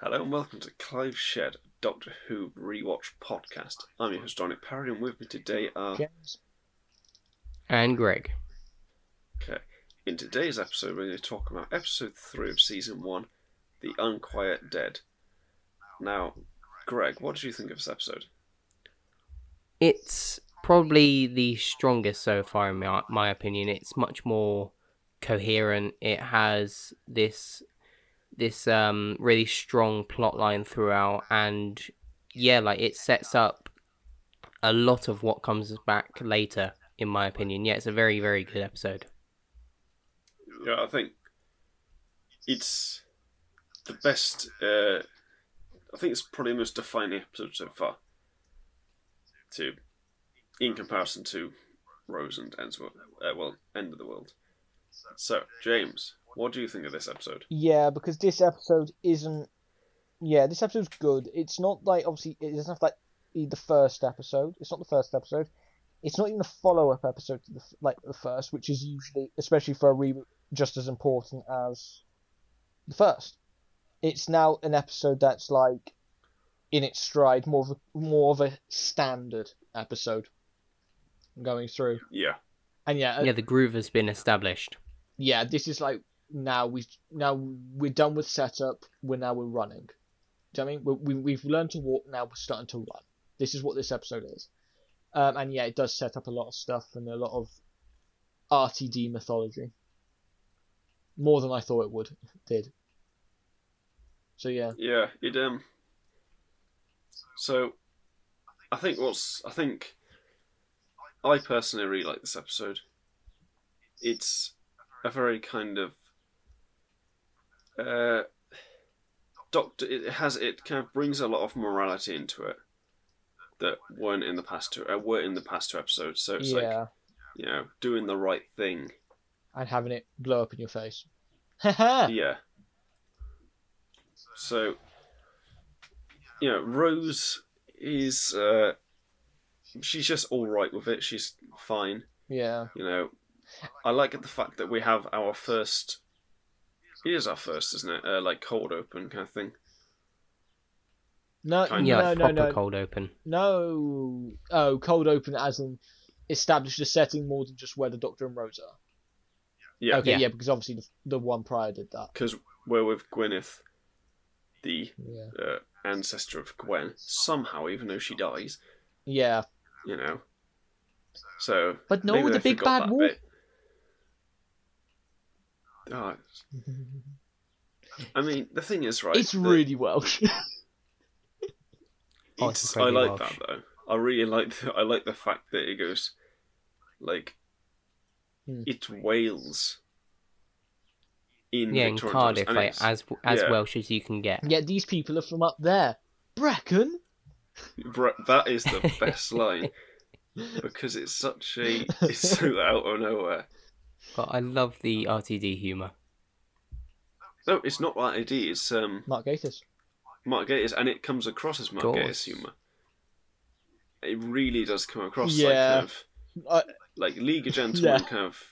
Hello and welcome to Clive Shed Doctor Who Rewatch Podcast. I'm your host, Dominic Parry, and with me today are. James. And Greg. Okay. In today's episode, we're going to talk about episode 3 of season 1 The Unquiet Dead. Now, Greg, what do you think of this episode? It's probably the strongest so far, in my, my opinion. It's much more coherent. It has this this um really strong plot line throughout and yeah like it sets up a lot of what comes back later in my opinion yeah it's a very very good episode Yeah, I think it's the best. Uh, I think it's probably the most defining episode so far. To, in comparison to Rose and Ends World, uh, well, End of the World. So, James, what do you think of this episode? Yeah, because this episode isn't. Yeah, this episode's good. It's not like obviously it doesn't have to like be the first episode. It's not the first episode. It's not even the follow-up episode to the f- like the first, which is usually, especially for a reboot, just as important as the first. It's now an episode that's like in its stride, more of a, more of a standard episode going through. Yeah, And yeah, yeah the groove has been established yeah, this is like now we now we're done with setup. We're now we're running. Do you know what I mean? We, we we've learned to walk. Now we're starting to run. This is what this episode is. Um, and yeah, it does set up a lot of stuff and a lot of RTD mythology. More than I thought it would did. So yeah, yeah. It um. So, I think what's I think I personally really like this episode. It's a very kind of uh, doctor. It has it kind of brings a lot of morality into it that weren't in the past two uh, were in the past two episodes. So it's like yeah, you know doing the right thing. and having it blow up in your face. Haha. Yeah. So, you know, Rose is uh, she's just all right with it. She's fine. yeah, You know, I like the fact that we have our first. It is our first, isn't it? Uh, like cold open kind of thing. no, Kind no, yeah like no, proper no, cold open No. Oh, cold open as in established a setting more than just where the Doctor and Rose are. Yeah. Okay, Yeah. yeah, because obviously the, the one prior did that. Because we're with Gwyneth, the Yeah. uh, ancestor of Gwen, somehow, even though she dies. Yeah. You know. So. But no, maybe the they big forgot bad that wolf. bit. Ah, I mean, the thing is, right? it's that really Welsh. Oh, it's it's- I incredibly like Welsh. that though. I really like. The, I like the fact that it goes, like, Hmm. it's Wales. In yeah in Mm, Victorian cardiff times, and like it's- as as yeah. welsh as you can get yeah, these people are from up there. Brecon? Bro, that is the best line because it's such a it's so out of nowhere. but i love the rtd humor No, it's not Mark ID. It's um Mark Gatiss. Mark Gatiss, and it comes across as Mark Course. Gatiss humor. It really does come across like Yeah. kind of Uh, like League of Gentlemen Yeah. kind of.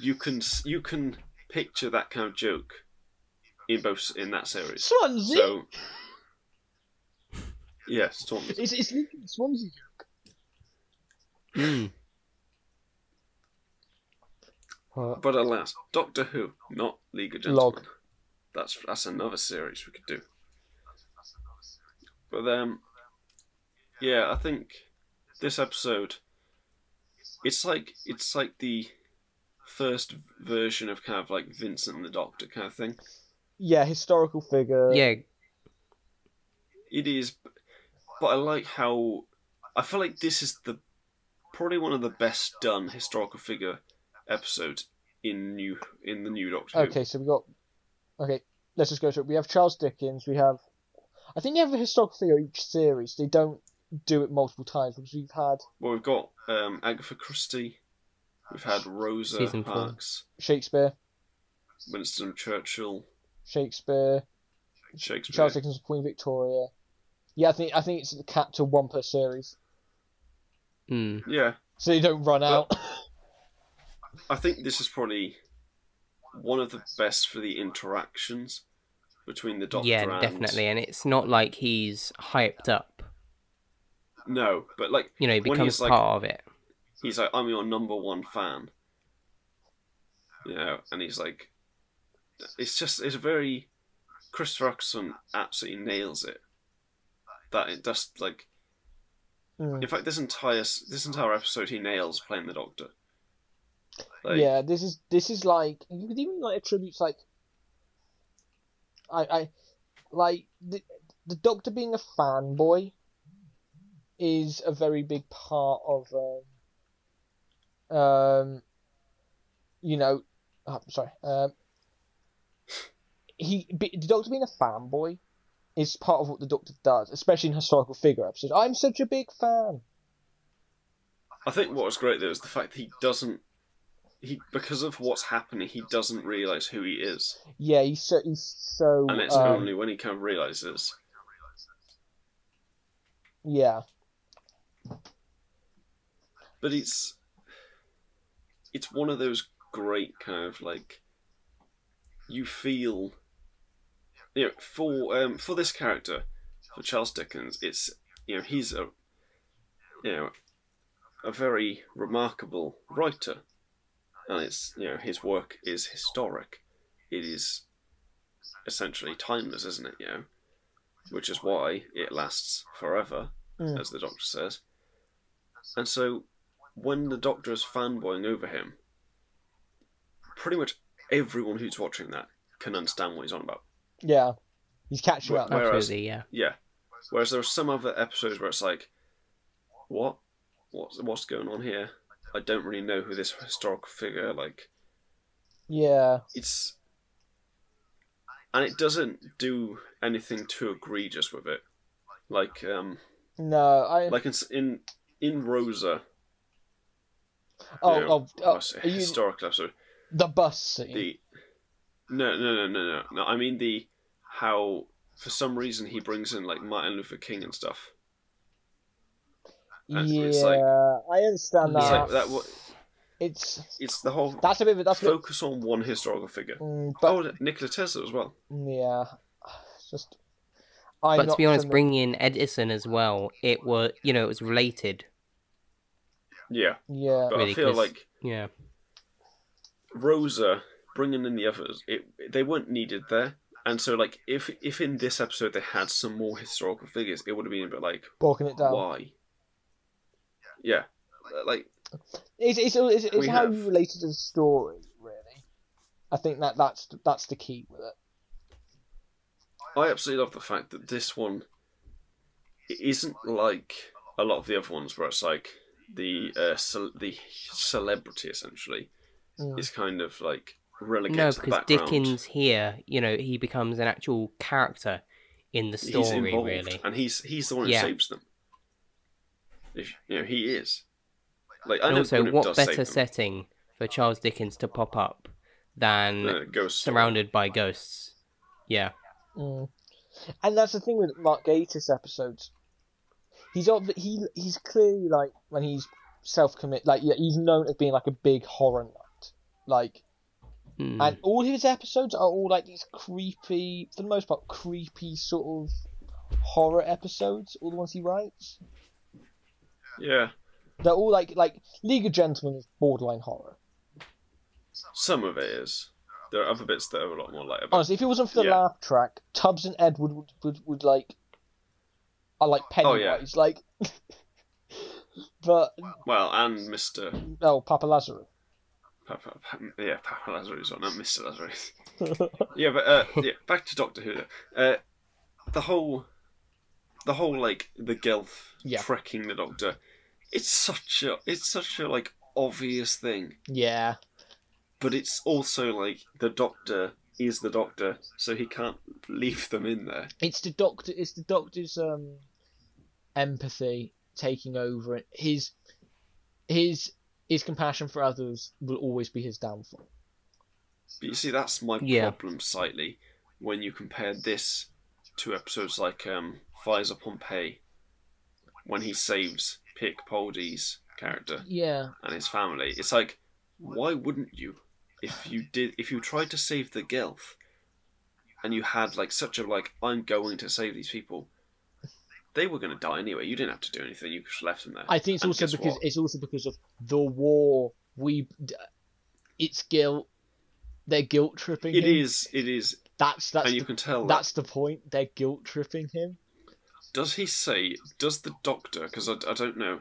You can s- you can picture that kind of joke in both s- in that series. Swansea? So yes, Taunton. It's, it's literally Swansea. Mm. Well, But alas, Doctor Who, not League of Gentlemen. Log. That's that's another series we could do. But um, yeah, I think this episode, it's like it's like the first version of kind of like Vincent and the Doctor kind of thing. Yeah, historical figure. Mm, yeah It is, but I like how I feel like this is the probably one of the best done historical figure episodes in new in the new Doctor. Who. Okay, so we got. Okay, let's just go through. it. We have Charles Dickens. We have. I think they have a historical figure each series. They don't do it multiple times because we've had Well, we've got um, Agatha Christie, we've had Rosa Season four. Parks, Shakespeare, Winston Churchill, Shakespeare, Shakespeare. Charles Dickens, and Queen Victoria. Yeah, I think I think it's the cap to one per series, mm. Yeah, so they don't run out. I think this is probably one of the best for the interactions between the Doctor yeah, and... definitely. And it's not like he's hyped up. No, but like You know, he When he's, becomes like- part of it. he's like, I'm your number one fan. You know, and he's like, it's just, it's a very, Chris Rockson absolutely nails it. That it just like, Mm. in fact, this entire s- this entire episode he nails playing the Doctor. Like, yeah, this is this is like you could even like attribute like I I like the the Doctor being a fanboy is a very big part of um, um you know oh, sorry um he be, the Doctor being a fanboy is part of what the Doctor does, especially in historical figure episodes. I'm such a big fan. I think what was great though is the fact that he doesn't, he because of what's happening, he doesn't realize who he is, Yeah, he's so he's so and it's um, only when he kind of realizes. yeah. but it's it's one of those great kind of like you feel you know for um for this character for Charles Dickens it's you know he's a you know a very remarkable writer and it's you know his work is historic it is essentially timeless isn't it you know which is why it lasts forever Mm. as the doctor says and so when the doctor is fanboying over him, pretty much everyone who's watching that can understand what he's on about. Yeah. He's catching Wh- up. Whereas- Absolutely, yeah. Yeah. Whereas there are some other episodes where it's like, what, what's what's going on here? I don't really know who this historical figure like. Yeah. It's and it doesn't do anything too egregious with it, like um No, I. like in s- in in Rosa, oh, yeah. oh, oh, oh, it's a are you historical episode. the bus scene? the no no no no no no i mean the how for some reason he brings in like martin luther king and stuff and yeah, it's like- I understand it's that. like that wa- It's it's the whole that's a bit. of- That's a bit, focus on one historical figure mm, but oh nikola tesla as well yeah, it's just. I'm but to not be honest, fami- bringing in Edison as well, it was you know it was related. yeah yeah, but Really, i feel 'cause- like Yeah, rosa bringing in the others it they weren't needed there and so like if if in this episode they had some more historical figures it would have been a bit like walking it down. why yeah like It's it's it's, it's We how have- you relate it to the story, really. I think that that's that's the key with it. I absolutely love the fact that this one it isn't like a lot of the other ones where it's like the uh, ce- the celebrity essentially Mm. is kind of like relegated no, to the because background. Dickens here, you know, he becomes an actual character in the story. he's involved, really, and he's he's the one who Yeah. saves them. If, you know he is. Like I and know also, Gwyneth what does better save them. setting for Charles Dickens to pop up than than a ghost story. surrounded by ghosts? Yeah, Mm. And that's the thing with Mark Gatiss episodes. He's ob- he he's clearly like when he's self commit like yeah, he's known as being like a big horror nut. Like Mm. and all his episodes are all like these creepy for the most part creepy sort of horror episodes, all the ones he writes. Yeah, They're all like like League of Gentlemen is borderline horror. some of it is. There are other bits that are a lot more like. But Honestly, if it wasn't for the Yeah. laugh track, Tubbs and Edward would would, would like are like Oh, yeah. Pennywise, like But well, and Mister Oh, Papa Lazarus. Pa- pa- pa- yeah, Papa Lazarus or not Mr. Lazarus. yeah, but uh, yeah, back to Doctor Who. though. Uh, the whole, the whole like the Gelf Yeah. tracking the Doctor. It's such a, it's such a like obvious thing, Yeah. but it's also like the Doctor is the Doctor, so he can't leave them in there. It's the doctor it's the doctor's um empathy taking over and his his his compassion for others will always be his downfall. But you see, that's my Yeah. problem slightly when you compare this to episodes like um, Fires of Pompeii, when he saves Pick Poldy's character. Yeah. and his family. It's like, why wouldn't you? If you did, if you tried to save the Gelf, and you had like such a like I'm going to save these people, they were going to die anyway. You didn't have to do anything. You just left them there. I think it's And also guess because what? it's also because of the war. We, d- it's guilt. They're guilt tripping. it him. is it is, That's that's and you the, can tell that. that's the point. They're guilt tripping him. Does he say? Does the doctor? Because I, I don't know,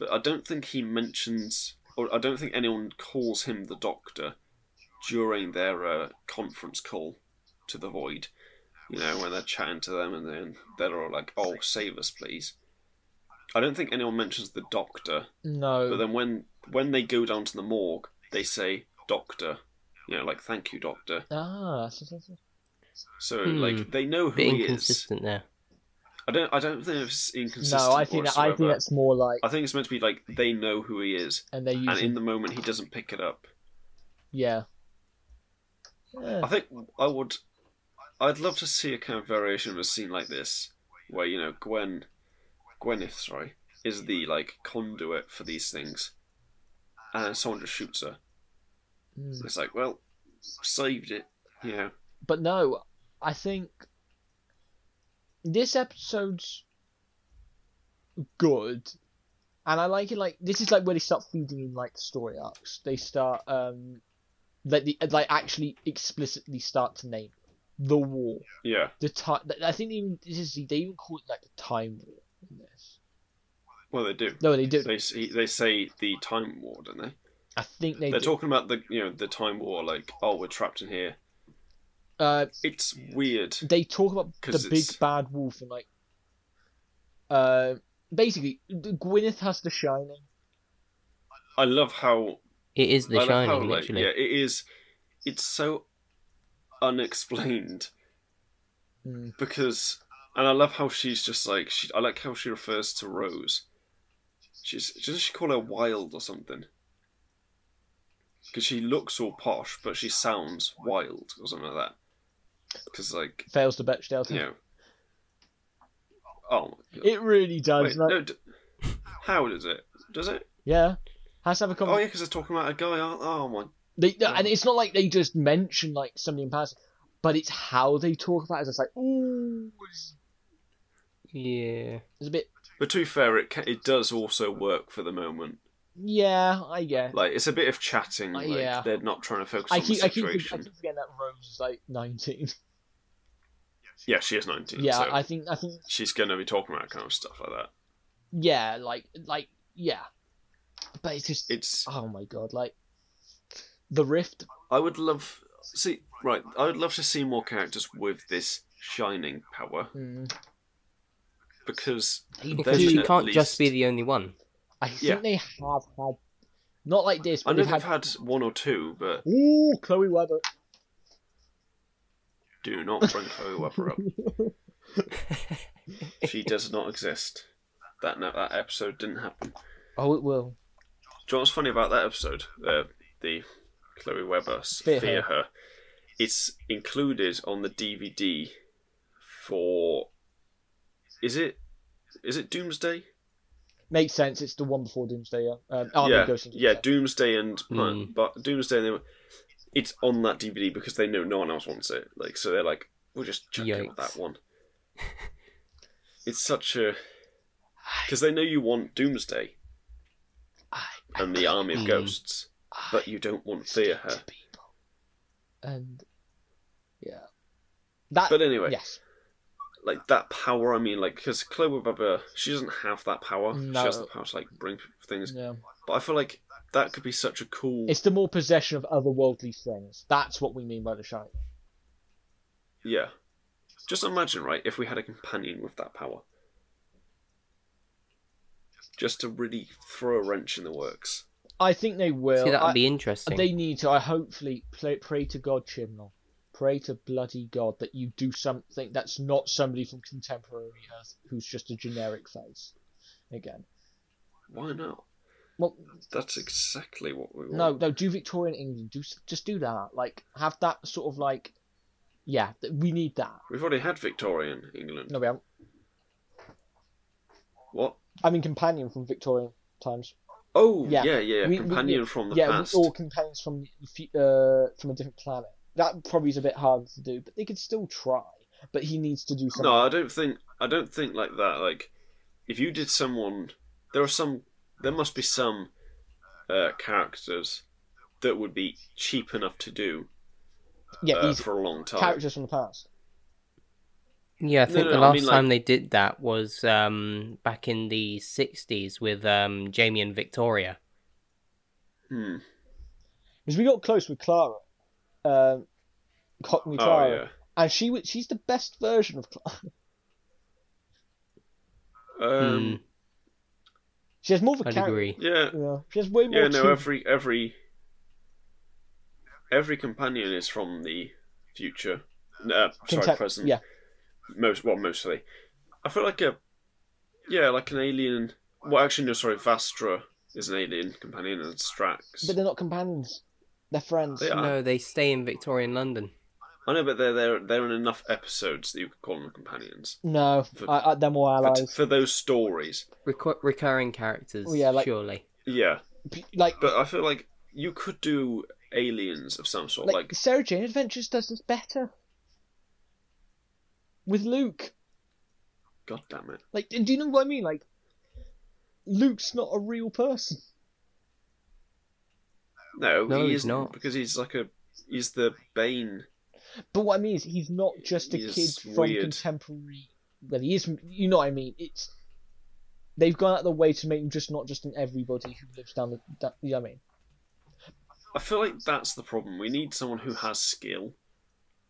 but I don't think he mentions, or I don't think anyone calls him the doctor during their uh, conference call to the void. You know, when they're chatting to them, and then they're all like, "Oh, save us, please." I don't think anyone mentions the doctor, No, but then when when they go down to the morgue, they say "doctor," you know, like "thank you, doctor." ah, that's- that's- that's- So Hmm. like they know who bit he is. inconsistent there. I don't. I don't think it's inconsistent. no. I think that, I think whatsoever. that's more like, I think it's meant to be like they know who he is, and they're using and in the moment he doesn't pick it up. yeah. Yeah. I think I would, I'd love to see a kind of variation of a scene like this, where you know Gwen, Gwyneth, sorry, is the like conduit for these things, and someone just shoots her. Mm. It's like, well, saved it, you know. But no, I think this episode's good, and I like it. Like this is like where they start feeding in like the story arcs. They start um, like the like actually explicitly start to name the war, Yeah. the time. I think they even, this is they even call it like the time war in this. Well, they do. No, they do. They s- they say the time war, don't they? I think they They're do. talking about the you know the time war, like oh we're trapped in here. uh, It's weird. they talk about 'Cause the it's- big bad wolf and like uh basically the- gwyneth has the shining I love how It is The I love Shining, how, like, literally. yeah, it is. It's so unexplained Mm. because, and I love how she's just like she. I like how she refers to Rose. She's doesn't she call her wild or something? Because she looks all posh, but she sounds wild or something like that. Because like fails to Bechdel test. you know. Oh my god! it really Wait, does like, no, d- how does it? Does it? yeah has to have a Oh conversation yeah, because they're talking about a guy. aren't- Oh my they, no, and it's not like they just mention like something in passing but it's how they talk about it it's like ooh it's, Yeah. it's a bit But to be fair, it ca it does also work for the moment. yeah i guess Like it's a bit of chatting. Uh, Like yeah. they're not trying to focus I on keep, the I, keep, I keep situation. forgetting that Rose is like 19. Yeah, she is nineteen. Yeah, so I think I think she's going to be talking about kind of stuff like that. yeah, like like yeah, but it's just It's. oh my god, like the rift. I would love see right. I would love to see more characters with this shining power Mm, because they Because Then do. she at can't just be least- the only one. I think yeah. they have had not like this, I but know they've they've had. had one or two, but Ooh, Chloe Webber. do not bring Chloe Webber up. She does not exist. That no, that episode didn't happen. Oh, it will. Do you know what's funny about that episode? Uh, the Chloe Webber Fear, Fear Fear her. It's included on the DVD for. Is it? Is it Doomsday? Makes sense. It's the one before Doomsday. Yeah. Um, oh, no, yeah, Ghost in yeah, Doomsday. Doomsday and Plan- Mm. but Doomsday. And they were, it's on that DVD because they know no one else wants it. Like so, they're like, we'll just chuck it with Yikes. that one. it's such a because they know you want Doomsday and the Army of Mm. Ghosts, but you don't want Fear her. To people. And yeah, that. But anyway, yes, like that power. I mean, like because Chloe Webber, she doesn't have that power. No. She has the power to like bring things. yeah. But I feel like that could be such a cool. It's the more possession of otherworldly things. That's what we mean by the shining. Yeah. Just imagine, right, if we had a companion with that power. Just to really throw a wrench in the works. I think they will. See, that would I- be interesting. They need to. I hopefully pray, pray to God, Chimnall. Pray to bloody God that you do something that's not somebody from contemporary Earth who's just a generic face. Again, Why not? well, That's exactly what we want. no, no, do Victorian England. Do s- just do that. Like have that sort of like, yeah, th- we need that. We've already had Victorian England. No, we haven't. What? I mean, companion from Victorian times. Oh, Yeah. yeah, yeah. We- we- companion we- from the yeah, past. we- or companions from the fu- uh, from a different planet. That probably is a bit harder to do, but they could still try. But he needs to do something. No, I don't think I don't think like that. Like, if you did someone, there are some, there must be some uh, characters that would be cheap enough to do yeah, uh, these for a long time. characters from the past. Yeah, I No, think no, the I last mean, like- time they did that was um, back in the 60s with um, Jamie and Victoria. Hmm. Because we got close with Clara, um, Cockney Oh Clara, yeah. and she wa- she's the best version of Clara. Um, She has more of a Hmm, I'd character. agree. Yeah. Yeah, she has way more. Yeah. No. to- Every every every companion is from the future. Uh, sorry, contem- present. Yeah, most well mostly. I feel like a yeah, like an alien. Well, actually, no, sorry. Vastra is an alien companion, and Strax. but they're not companions. They're friends. They are. No, they stay in Victorian London. I know, but they're they're they're in enough episodes that you could call them companions No, For- I, I, they're more for, t- allies. for those stories. Recur- recurring characters, Oh, yeah, like- surely. Yeah, P- like but I feel like you could do aliens of some sort. like, Like, Sarah Jane Adventures does this better with Luke. God damn it, Like, do you know what I mean? Like, Luke's not a real person. no, No, he he's isn't, not. because he's like a he's the Bane. But what I mean is, he's not just a He is kid from weird. contemporary. Well, he is. You know what I mean? It's they've gone out of the way to make him just not just an everybody who lives down the. Down, you know what I mean? I feel like that's the problem. We need someone who has skill.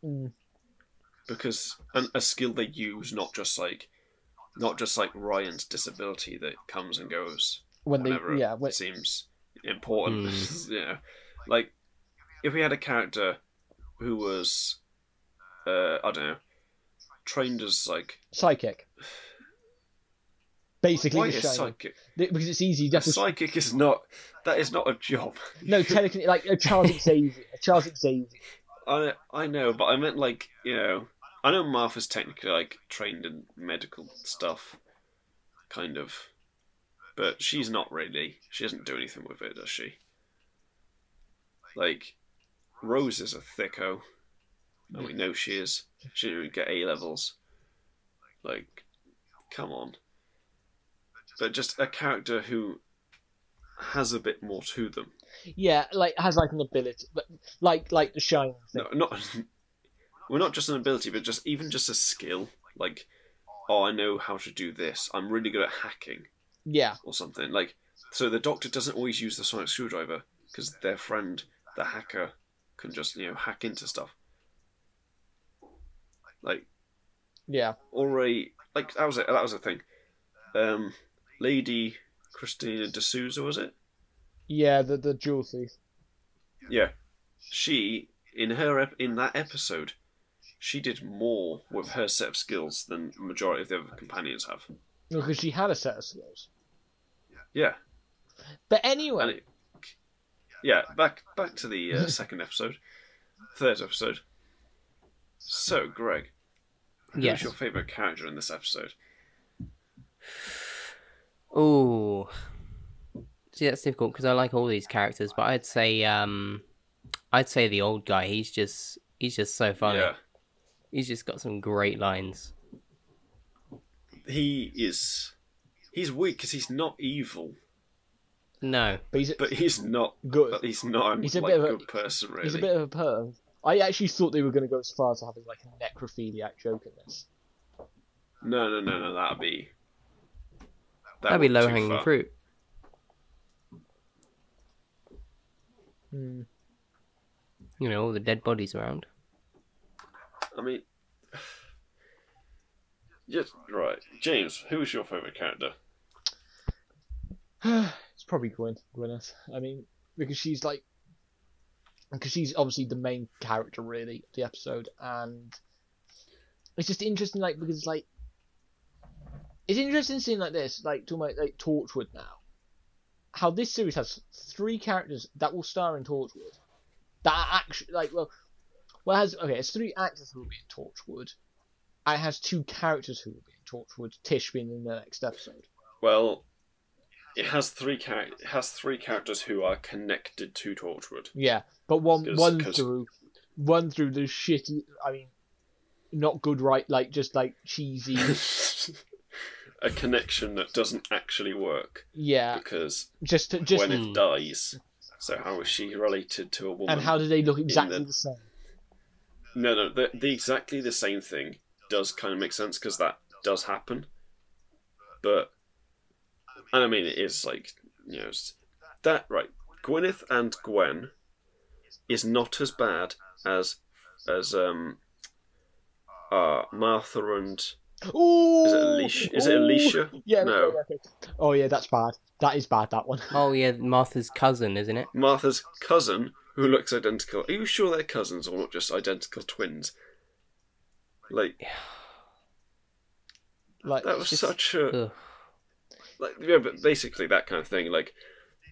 Mm. because and a skill they use, not just like, not just like Ryan's disability that comes and goes When they, whenever yeah, it when, seems important. you know, like if we had a character who was, uh, I don't know, trained as like psychic. Basically, why the is shining. psychic? because it's easy. A Devil's psychic is not that is not a job. No, telekinetic, like a Charles Xavier. A Charles Xavier. I I know, but I meant like you know, I know Martha's technically like trained in medical stuff, kind of, but she's not really. She doesn't do anything with it, does she? Like, Rose is a thicko, and we know she is. She didn't even get A levels. Like, come on. But just a character who has a bit more to them. Yeah, like has like an ability, but like like the Shining thing. No, not. We're not just an ability, but just even just a skill. Like, oh, I know how to do this. I'm really good at hacking Yeah, or something. Like, so the doctor doesn't always use the sonic screwdriver because their friend, the hacker, can just you know hack into stuff. Like, yeah. already, like that was it. That was a thing. Um, Lady Christina D'Souza was it? Yeah, the the jewel thief. Yeah, she in her ep- in that episode, she did more with her set of skills than the majority of the other companions have. Because she had a set of skills. Yeah, But and anyway, it, yeah, back back to the uh, second episode, third episode. So, Greg, who's Yes. your favorite character in this episode? Ooh. See, that's difficult because I like all these characters, but I'd say, um, I'd say the old guy. He's just, he's just so funny. Yeah, He's just got some great lines. he is. He's weak because he's not evil, No, but he's, but he's not. Good. But he's not. He's He's a a bit of a- good person, really. he's a bit of a perv. I actually thought they were going to go as far as having like a necrophiliac joke in this. No, no, no, no. That'd be. that that'd be would too low hanging far. fruit. Hmm. You know, all the dead bodies around. I mean, yes, right. James, who is your favourite character? it's probably Gwyn, Gwyneth. I mean, because she's like, because she's obviously the main character really of the episode, and it's just interesting, like because like, it's interesting seeing like this, like talking about like Torchwood now, how this series has three characters that will star in Torchwood, that are actually like well, well it has okay, it's three actors who will be in Torchwood, and it has two characters who will be in Torchwood, Tish being in the next episode. Well, it has three char- it has three characters who are connected to Torchwood. Yeah, but one 'Cause- one 'cause- through run through the shitty. I mean, not good, right? Like just like cheesy. a connection that doesn't actually work yeah, because just to, Uh, just when it dies, so how is she related to a woman? and how do they look exactly the- the, same? No, no, the, the exactly the same thing does kind of make sense because that does happen. But, and I mean, it is like, you know, it's- that, right, Gwyneth and Gwen is not as bad as, as, um, uh, Martha and, Ooh, is it Alicia? Is it ooh. Alicia? Yeah. No. okay, okay. Oh yeah, that's bad. That is bad. That one. Oh yeah, Martha's cousin, isn't it? Martha's cousin, who looks identical. Are you sure they're cousins or not just identical twins? Like, Like that was Just- such a. Ugh. like yeah, but basically that kind of thing. Like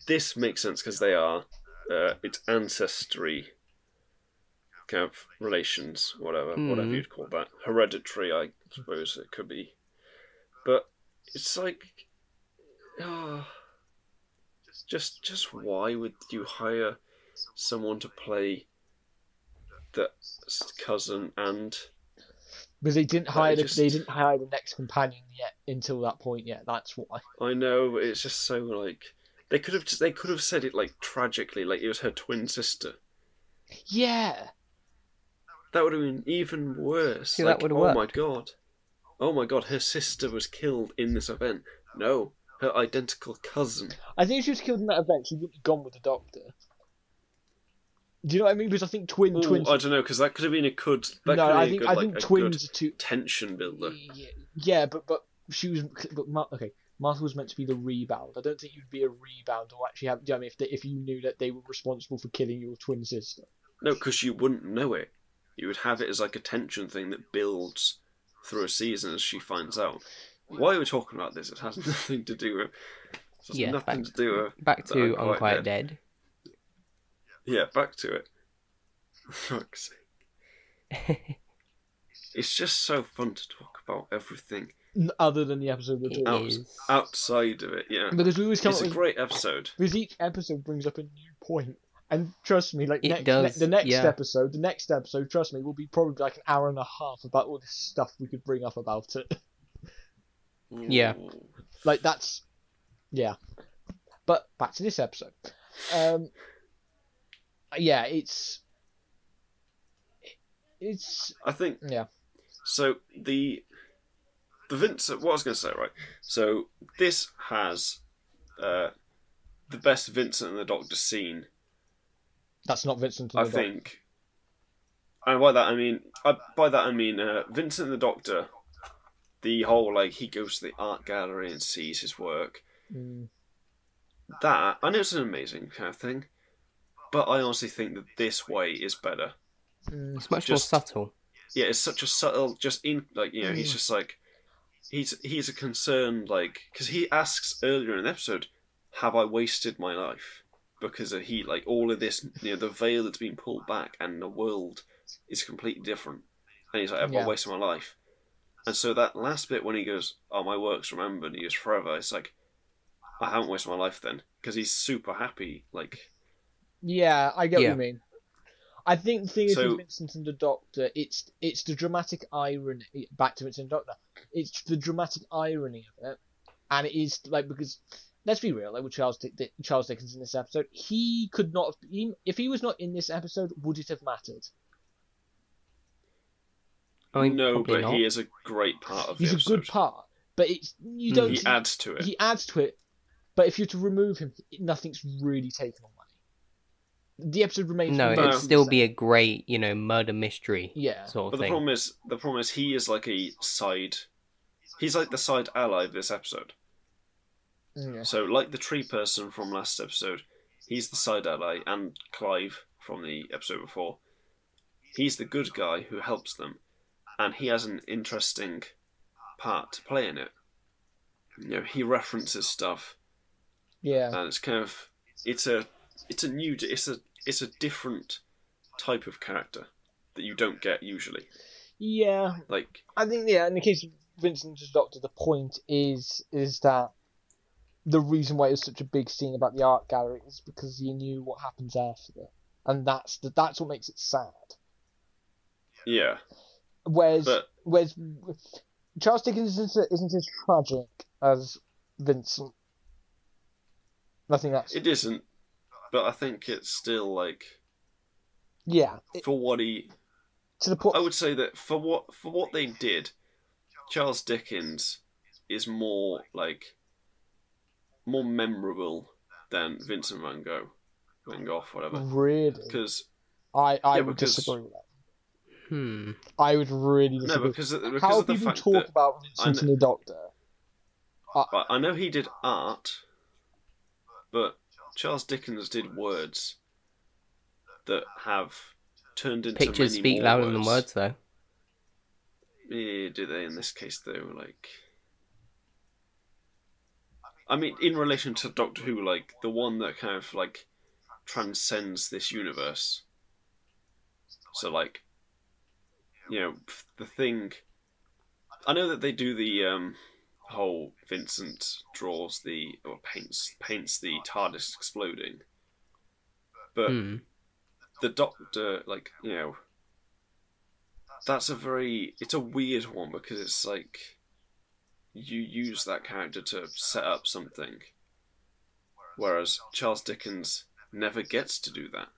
this makes sense because they are uh, it's ancestry kind of relations, whatever, whatever Mhm. you'd call that, hereditary. I suppose it could be, but it's like, ah, just just why would you hire someone to play that cousin and because they didn't hire the, just- they didn't hire the next companion yet until that point yet. That's why. I know, but it's just so like they could have they could have said it like tragically, like it was her twin sister. Yeah. That would have been even worse. See, that like, would have oh my god, oh my god, her sister was killed in this event. No, her identical cousin. I think if she was killed in that event, she wouldn't have gone with the doctor. Do you know what I mean? Because I think twin Ooh, twins. I don't know because that could have been a good. That no, could have I been think a good, I like, think a twins are too. good tension builder. Yeah, yeah, but but she was but Mar- okay. Martha was meant to be the rebound. I don't think you'd be a rebound or actually have. Do you know what I mean, if they, if you knew that they were responsible for killing your twin sister. No, because you wouldn't know it. You would have it as like a tension thing that builds through a season as she finds out. Why are we talking about this? It has nothing to do with. It has Yeah, nothing back- to do with. Back that to Unquiet I'm Dead. Quite Dead. Yeah, back to it. Fuck's sake. It's just so fun to talk about everything N- Other than the episode we're It doing, Out- is- outside of it, yeah. because we always come It's up a with, great episode. because each episode brings up a new point. And trust me, like It next, does, ne- the next yeah. episode, the next episode, trust me, will be probably like an hour and a half about all this stuff we could bring up about it. Yeah. Ooh. Like that's yeah. But back to this episode. Um yeah, it's it's I think yeah. so. The the Vincent. What I was going to say, right? So this has uh, the best Vincent and the Doctor scene That's not Vincent and I the Dog. think. And by that I mean, I, by that I mean, uh, Vincent the Doctor. The whole like he goes to the art gallery and sees his work. Mm. That I know it's an amazing kind of thing, but I honestly think that this way is better. Mm. It's much just- more subtle. Yeah, it's such a subtle, just in like you know, he's just like, he's he's a concerned like because he asks earlier in the episode, have I wasted my life? Because of he like all of this, you know, the veil that's been pulled back and the world is completely different, and he's like, have I Yeah. wasted my life? And so that last bit when he goes, oh, my work's remembered, he goes forever. It's like, I haven't wasted my life then, because he's super happy. Like, Yeah, I get Yeah. what you mean. I think the thing is So- with Vincent and the Doctor, it's it's the dramatic irony back to Vincent and the Doctor. It's the dramatic irony of it. And it is like because let's be real, like with Charles Dick, Dick, Charles Dickens in this episode, he could not have been if he was not in this episode, would it have mattered? I mean, no, probably but not. he is a great part of the He's a episode. good part, but it's you Mm. don't he adds to it. he adds to it, but if you're to remove him, nothing's really taken away. The episode remains No, No. it'd mostly still the be a same. great, you know, murder mystery yeah. sort But of the thing. problem is, the problem is, he is like a side. He's like the side ally of this episode. Mm, yeah. So, like the tree person from last episode, he's the side ally, and Clive from the episode before, he's the good guy who helps them, and he has an interesting part to play in it. You know, he references stuff, Yeah. and it's kind of it's a it's a new it's a it's a different type of character that you don't get usually. Yeah, Like I think yeah. In the case of Vincent's Doctor, the point is is that the reason why it was such a big scene about the art gallery is because you knew what happens after, and that's the, that's what makes it sad. Yeah, Whereas but whereas Charles Dickens isn't, isn't as tragic as Vincent. Nothing else. it isn't. But I think it's still like yeah, it- for what he. to the point. I would say that for what for what they did, Charles Dickens is more like more memorable than Vincent Van Gogh, Van Gogh, whatever. Mm. really, Because I, I Yeah, would because- disagree with that. Hmm. I would really no, disagree. because because How of the people fact talk that about Vincent I'm- and the Doctor? But I know he did art, but Charles Dickens did words that have turned into Pictures many speak more louder than words, though. Yeah, Eh, do they in this case though? Like, I mean, in relation to Doctor Who, like the one that kind of like transcends this universe. So like, you know, f- the thing. I know that they do the um, whole Vincent draws the or paints paints the TARDIS exploding, but Hmm. the doctor like you know that's a very it's a weird one because it's like you use that character to set up something whereas charles dickens never gets to do that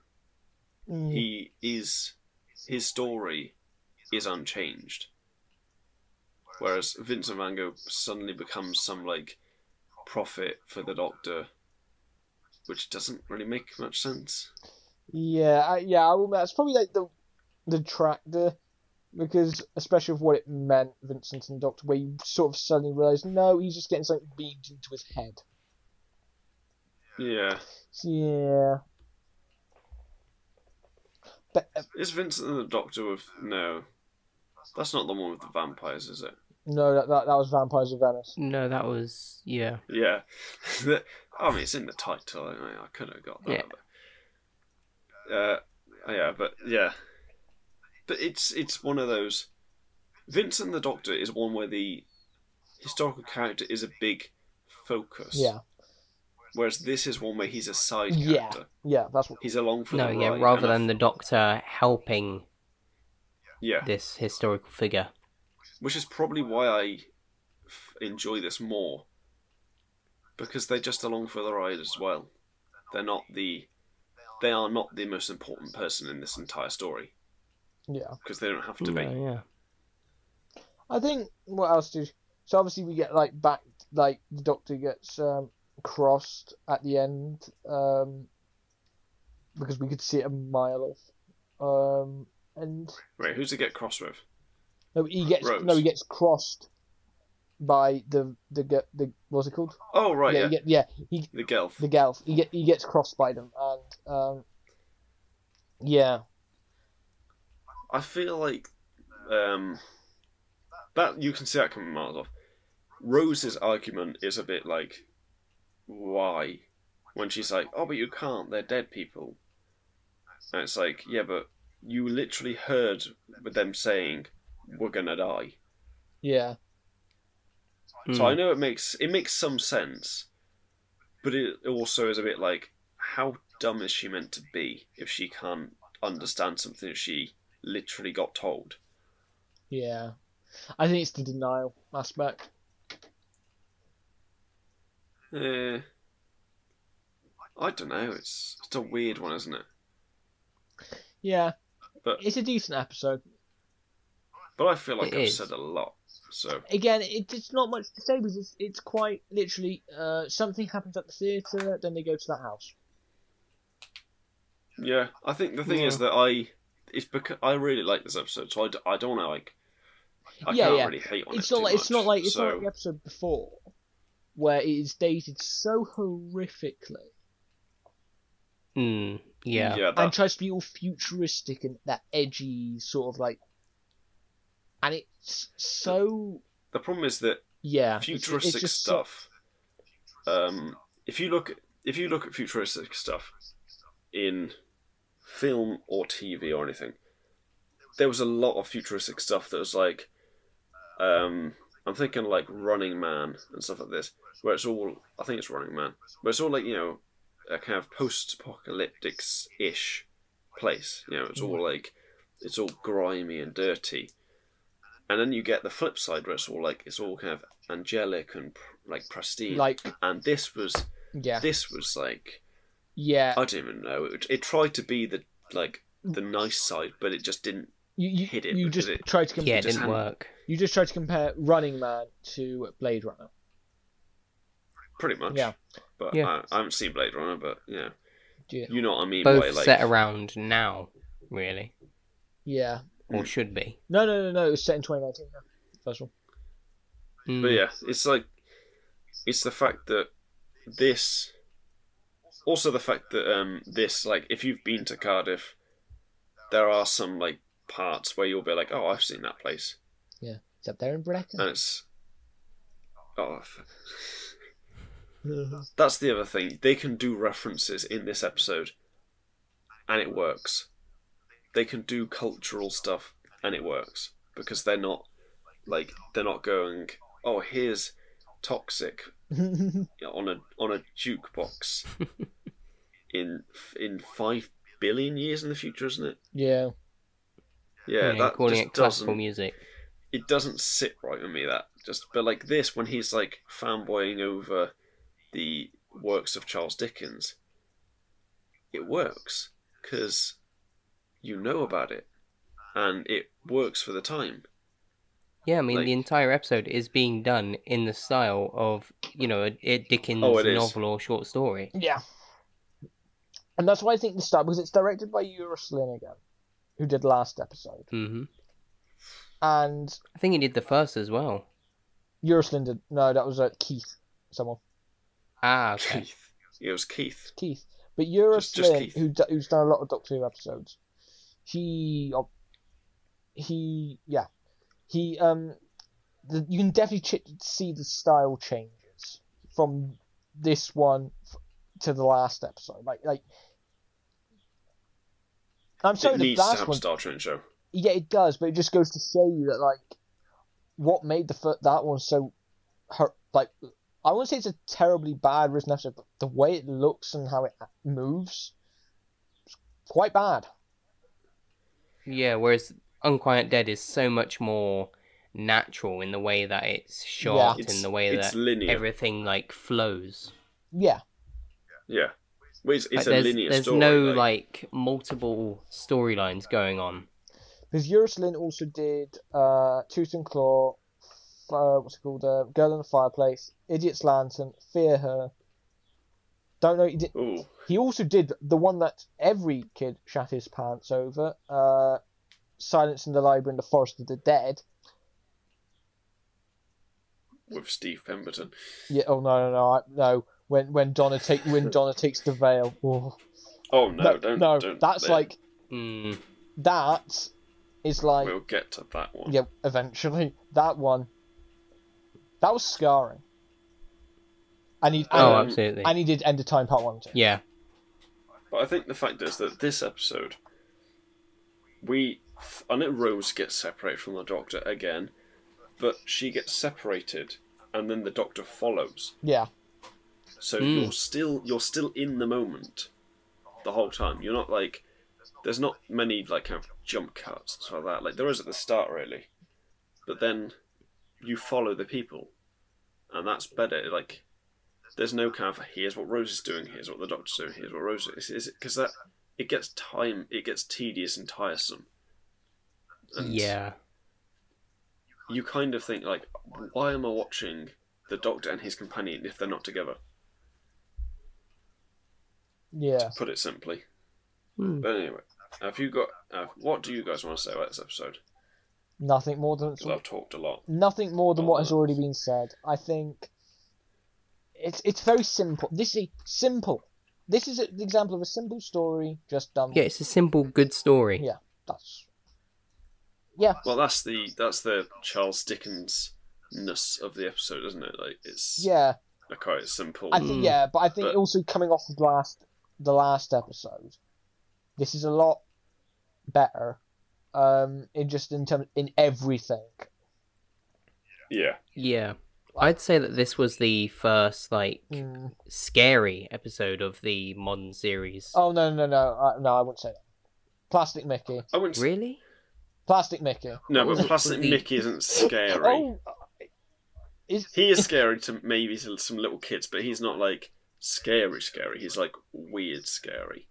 Mm, he is his story is unchanged whereas vincent van gogh suddenly becomes some like prophet for the doctor which doesn't really make much sense Yeah, I, yeah, I will. That's probably like the the tractor because especially with what it meant, Vincent and Doctor, where you sort of suddenly realise no, he's just getting something beamed into his head. yeah Yeah. But uh, Is Vincent and the Doctor with no? That's not the one with the vampires, is it? no, that, that that was Vampires of Venice. No, that was yeah. Yeah. I mean, it's in the title. I, mean, I could have got that. But, uh, yeah, but yeah, but it's it's one of those. Vincent and the Doctor is one where the historical character is a big focus. Yeah, Whereas this is one where he's a side Yeah. character. yeah, that's what. He's along for No, the yeah. ride. rather and I than the th- Doctor helping yeah, this historical figure. which is probably why I f- enjoy this more because they're just along for the ride as well. They're not the they are not the most important person in this entire story Yeah, because they don't have to No, be. Hmm, yeah. I think what else did? So obviously we get like back, like the Doctor gets um, crossed at the end um, because we could see it a mile off, um, and Right, who's to get cross with? no, he gets Rose. no, he gets crossed by the the ge- the what's it called? Oh right, yeah, yeah, he get- yeah, he the Gelf. the Gelf. He get, he gets crossed by them, and um, yeah, I feel like um, that you can see that coming miles off. Rose's argument is a bit like, why? When she's like, oh, but you can't, they're dead people. And it's like, yeah, but you literally heard with them saying, we're gonna die. yeah, So I Mm. know it makes it makes some sense, but it also is a bit like, how dumb is she meant to be if she can't understand something she literally got told? yeah. I think it's the denial aspect. Yeah. Uh, I don't know. It's it's a weird one, isn't it? Yeah, But- it's a decent episode. But I feel like It I've is. said a lot. So Again, it, it's not much to say because it's, it's quite literally uh, something happens at the theatre, then they go to that house. yeah, I think the thing is that I it's because I really like this episode, so I, d- I don't want to like. I Yeah, can't yeah. really hate on it's it. not too like it's much, not like it's so, not like the episode before where it is dated so horrifically Mm, yeah. yeah, and that, tries to be all futuristic and that edgy sort of like and it's so the problem is that yeah it's- it's futuristic just so- stuff. Um, if you look, if you look at futuristic stuff in film or TV or anything, there was a lot of futuristic stuff that was like, um, I'm thinking like Running Man and stuff like this, where it's all, I think it's Running Man, where it's all like you know, Mm. a kind of post-apocalyptic ish place. You know, it's all like it's all grimy and dirty. And then you get the flip side where it's all like it's all kind of angelic and pr- like pristine. Like and this was yeah, this was like yeah. I don't even know. It, it tried to be the like the nice side, but it just didn't. You you, hit it you because just it- tried to com- Yeah, it just didn't hand- work. you just tried to compare Running Man to Blade Runner. Pretty much. Yeah. But Yeah. I, I haven't seen Blade Runner, but yeah, Yeah. you know what I mean. Both by, like, set around now, really, Yeah. or Mm. should be. No, no, no, no. It was set in 2019. yeah, First one. Mm, But yeah, it's like it's the fact that this also the fact that um this like if you've been to Cardiff there are some like parts where you'll be like, Oh, I've seen that place. It's up there in Brecon. And it's Oh f- that's the other thing. They can do references in this episode and it works. They can do cultural stuff and it works. Because they're not like they're not going, Oh, here's toxic you know, on a on a jukebox in in five billion years in the future, isn't it? yeah. Yeah, you know, that calling just doesn't it classical music. it doesn't sit right with me. That just but like this when he's like fanboying over the works of Charles Dickens, it works because you know about it and it works for the time. Yeah, I mean Like- the entire episode is being done in the style of you know a, a Dickens Oh, it is. novel or short story. Yeah. And that's why I think the start because it's directed by Yura Slinigan, who did last episode. hmm And I think he did the first as well. Yura Slin did no, that was uh, Keith, someone Ah, okay. Keith, it was Keith. Keith. But Yura Just- just Slynn, Keith. who do, who's done a lot of Doctor Who episodes, he oh, he yeah he um the, you can definitely ch- see the style changes from this one f- to the last episode. Like like. I'm sorry, it the needs to last have one a Star Trek show. Yeah, it does, but it just goes to show you that like what made the fir- that one so her like I wouldn't say it's a terribly bad written episode, but the way it looks and how it moves, it's quite bad. yeah. Whereas Unquiet Dead is so much more natural in the way that it's shot It's and the way it's that linear. everything like flows. Yeah, Yeah. Well, it's, Like, it's a there's linear there's story. no like- like multiple storylines going on. because Urislin also did uh, Tooth and Claw, f- uh, what's it called, uh, Girl in the Fireplace, Idiot's Lantern, Fear Her. Don't know. He, did, Ooh, he also did the one that every kid shat his pants over, uh, Silence in the Library and the Forest of the Dead. with Steve Pemberton. Yeah. Oh no, no, no, I, no. When when Donna take when Donna takes the veil. Oh. Oh no, don't no. don't. that's yeah, like Mm, that is like we'll get to that one. yeah. Eventually, that one. That was scarring. And he and, oh, Um, absolutely. and he did end of time part one too. yeah, But I think the fact is that this episode, we I know Rose gets separated from the Doctor again, but she gets separated, and then the Doctor follows. Yeah. So Mm. you're still you're still in the moment, the whole time. You're not like there's not many like kind of jump cuts and stuff like that. Like there is at the start really, but then you follow the people, and that's better. Like there's no kind of here's what Rose is doing, here's what the doctor's doing, here's what Rose is. Is because that it gets time, it gets tedious and tiresome. And yeah. You kind of think like, why am I watching the Doctor and his companion if they're not together? Yeah. Put it simply. Mm. But anyway, have you got? Uh, what do you guys want to say about this episode? Nothing more than Because I've talked a lot. nothing more than what has Oh. already been said. I think it's it's very simple. This is simple. This is an example of a simple story just done. Yeah, it's a simple, good story. Yeah. That's. Yeah. Well, that's the that's the Charles Dickens ness of the episode, isn't it? Like it's Yeah. uh, quite simple. I think Mm. yeah, but I think But- also coming off the last the last episode, this is a lot better. Um, in just in terms in everything. yeah, Yeah. I'd say that this was the first like Hmm. Mm. scary episode of the modern series. Oh, Oh no no no uh, no! I wouldn't say that. Plastic Mickey. I wouldn't. Really? Plastic Mickey. No, What but was it Plastic with the- Mickey isn't scary. Oh, is He is scary to maybe to some little kids, but he's not like scary scary. He's like weird scary.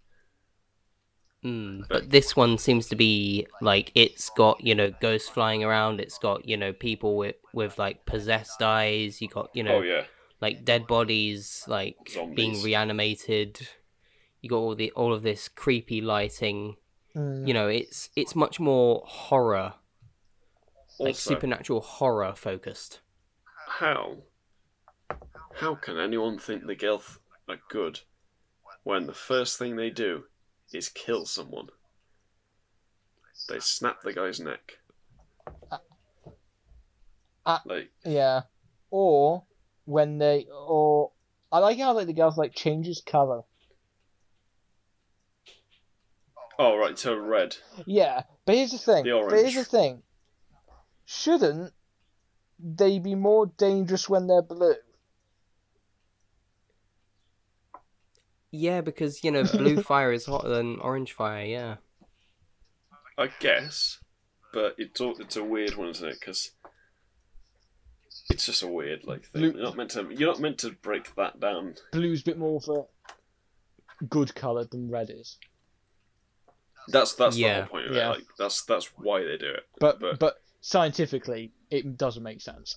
Mm, but this one seems to be like it's got you know ghosts flying around. It's got you know people with with like possessed eyes. You got you know Oh yeah, like dead bodies like being Zombies. reanimated. You got all the all of this creepy lighting. Hmm. Mm. You know, it's it's much more horror, like Also, supernatural horror focused. how how can anyone think the Gelf are good when the first thing they do is kill someone? They snap the guy's neck. Uh, Ah. like yeah. Or when they or I like how like the girls like changes colour. oh right, to red. Yeah, but here's the thing. The but here's orange. the thing. Shouldn't they be more dangerous when they're blue? Yeah, because you know blue fire is hotter than orange fire. Yeah. I guess, but it's all, it's a weird one, isn't it? Because it's just a weird like thing. Luke- You're not meant to you're not meant to break that down. Blue's a bit more of a good colour than red is. That's that's the Yeah. whole point of Yeah. it. Like that's that's why they do it. But, But- but scientifically, it doesn't make sense.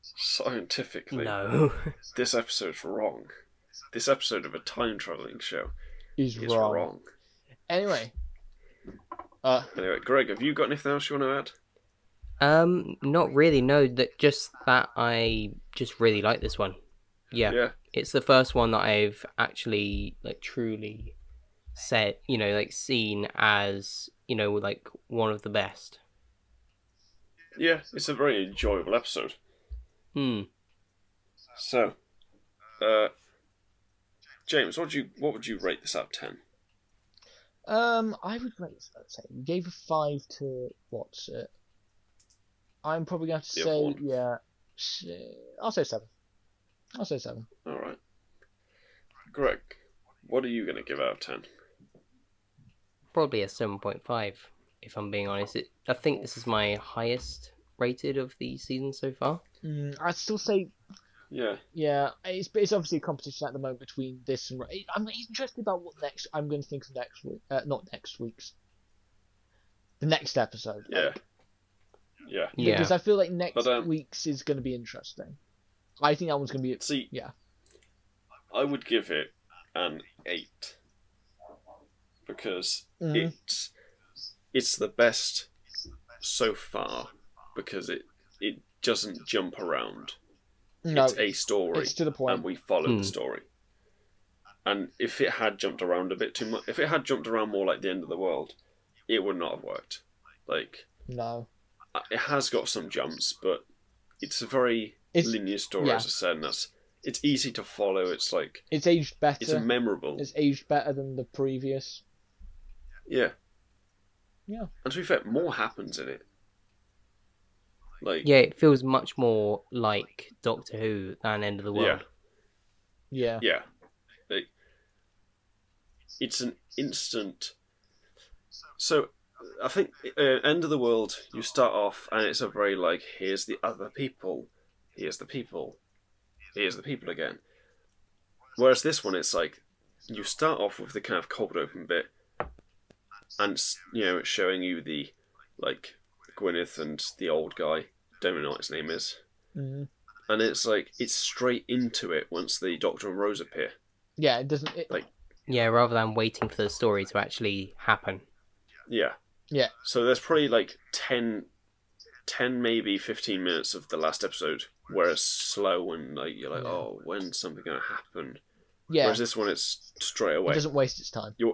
Scientifically, No. this episode's wrong. This episode of a time traveling show Is is wrong. wrong. Anyway. Uh, Anyway, Greg, have you got anything else you want to add? um, not really. No, that just that I just really like this one. Yeah. yeah. it's the first one that I've actually like truly said, you know, like seen as, you know, like one of the best. Yeah, it's a very enjoyable episode. Hmm. So, uh, James, what would you what would you rate this out of ten? um, I would rate this, let's say, we gave a 5 to, what's it? I'm probably going to Yeah, say, one. yeah, s- I'll say 7. I'll say 7. All right, Greg, what are you going to give out of ten? Probably a 7.5 if I'm being honest. It, I think this is my highest rated of the season so far. Mm, I'd still say, Yeah, yeah, it's, it's obviously a competition at the moment between this and. I'm interested about what next. I'm going to think of next week. Uh, not next week's. The next episode. yeah, yeah. Yeah. Because I feel like next But, um, week's is going to be interesting. I think that one's going to be. See, Yeah. I would give it an eight because Mhm. it's it's the best so far because it it doesn't jump around. No, it's a story, Um, it's to the point. and we follow Hmm. the story. And if it had jumped around a bit too much, if it had jumped around more like the end of the world, it would not have worked. Like No. uh, it has got some jumps, but it's a very It's- linear story, yeah. as I said. And that's it's easy to follow. It's like It's aged better. it's memorable. It's aged better than the previous. Yeah. Yeah. And to be fair, more happens in it. Like Yeah, it feels much more like Doctor Who than End of the World. Yeah. yeah. Like, it's an instant. So, I think uh, End of the World. You start off, and it's a very like, here's the other people, here's the people, here's the people again. Whereas this one, it's like, you start off with the kind of cold open bit, and it's, you know it's showing you the, like, Gwyneth and the old guy. Don't even know what his name is Mhm. and it's like it's straight into it once the Doctor and Rose appear. Yeah. It doesn't. It, Like- Yeah, rather than waiting for the story to actually happen. Yeah. Yeah. So there's probably like 10, 10 maybe fifteen minutes of the last episode where it's slow and like you're like, Yeah. oh, when's something gonna happen? yeah. Whereas this one, it's straight It away. doesn't waste its time. Yeah,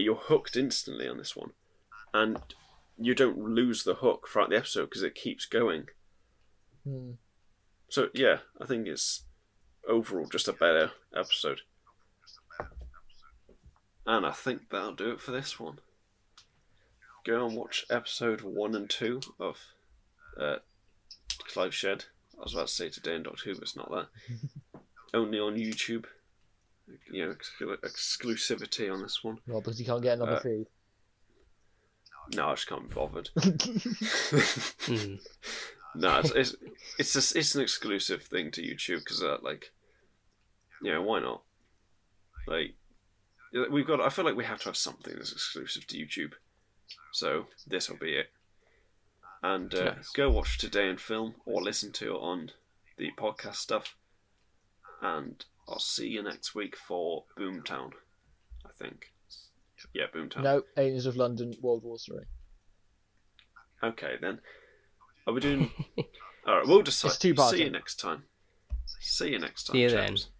you're hooked instantly on this one, and you don't lose the hook throughout the episode because it keeps going. Mm. So yeah, I think it's overall just a better episode. And I think that'll do it for this one. Go and watch episode one and two of uh, Clive Shed. I was about to say today in Doctor Who, but it's not that. Only on YouTube. You know, exclu- exclusivity on this one. Well, because you can't get another Uh, feed. no, I just can't be bothered. Mm. no, it's it's it's, just, it's an exclusive thing to YouTube because uh, like, yeah, why not? Like, yeah, we've got. I feel like we have to have something that's exclusive to YouTube. So this will be it. And uh, Nice. go watch today in film or listen to it on the podcast stuff. And I'll see you next week for Boomtown. I think. Yeah, Boomtown. No, Aliens of London, World War Three. Okay then. Are we doing? All right, we'll decide. two-parter. See you next time. See you next time. See you chaps. then.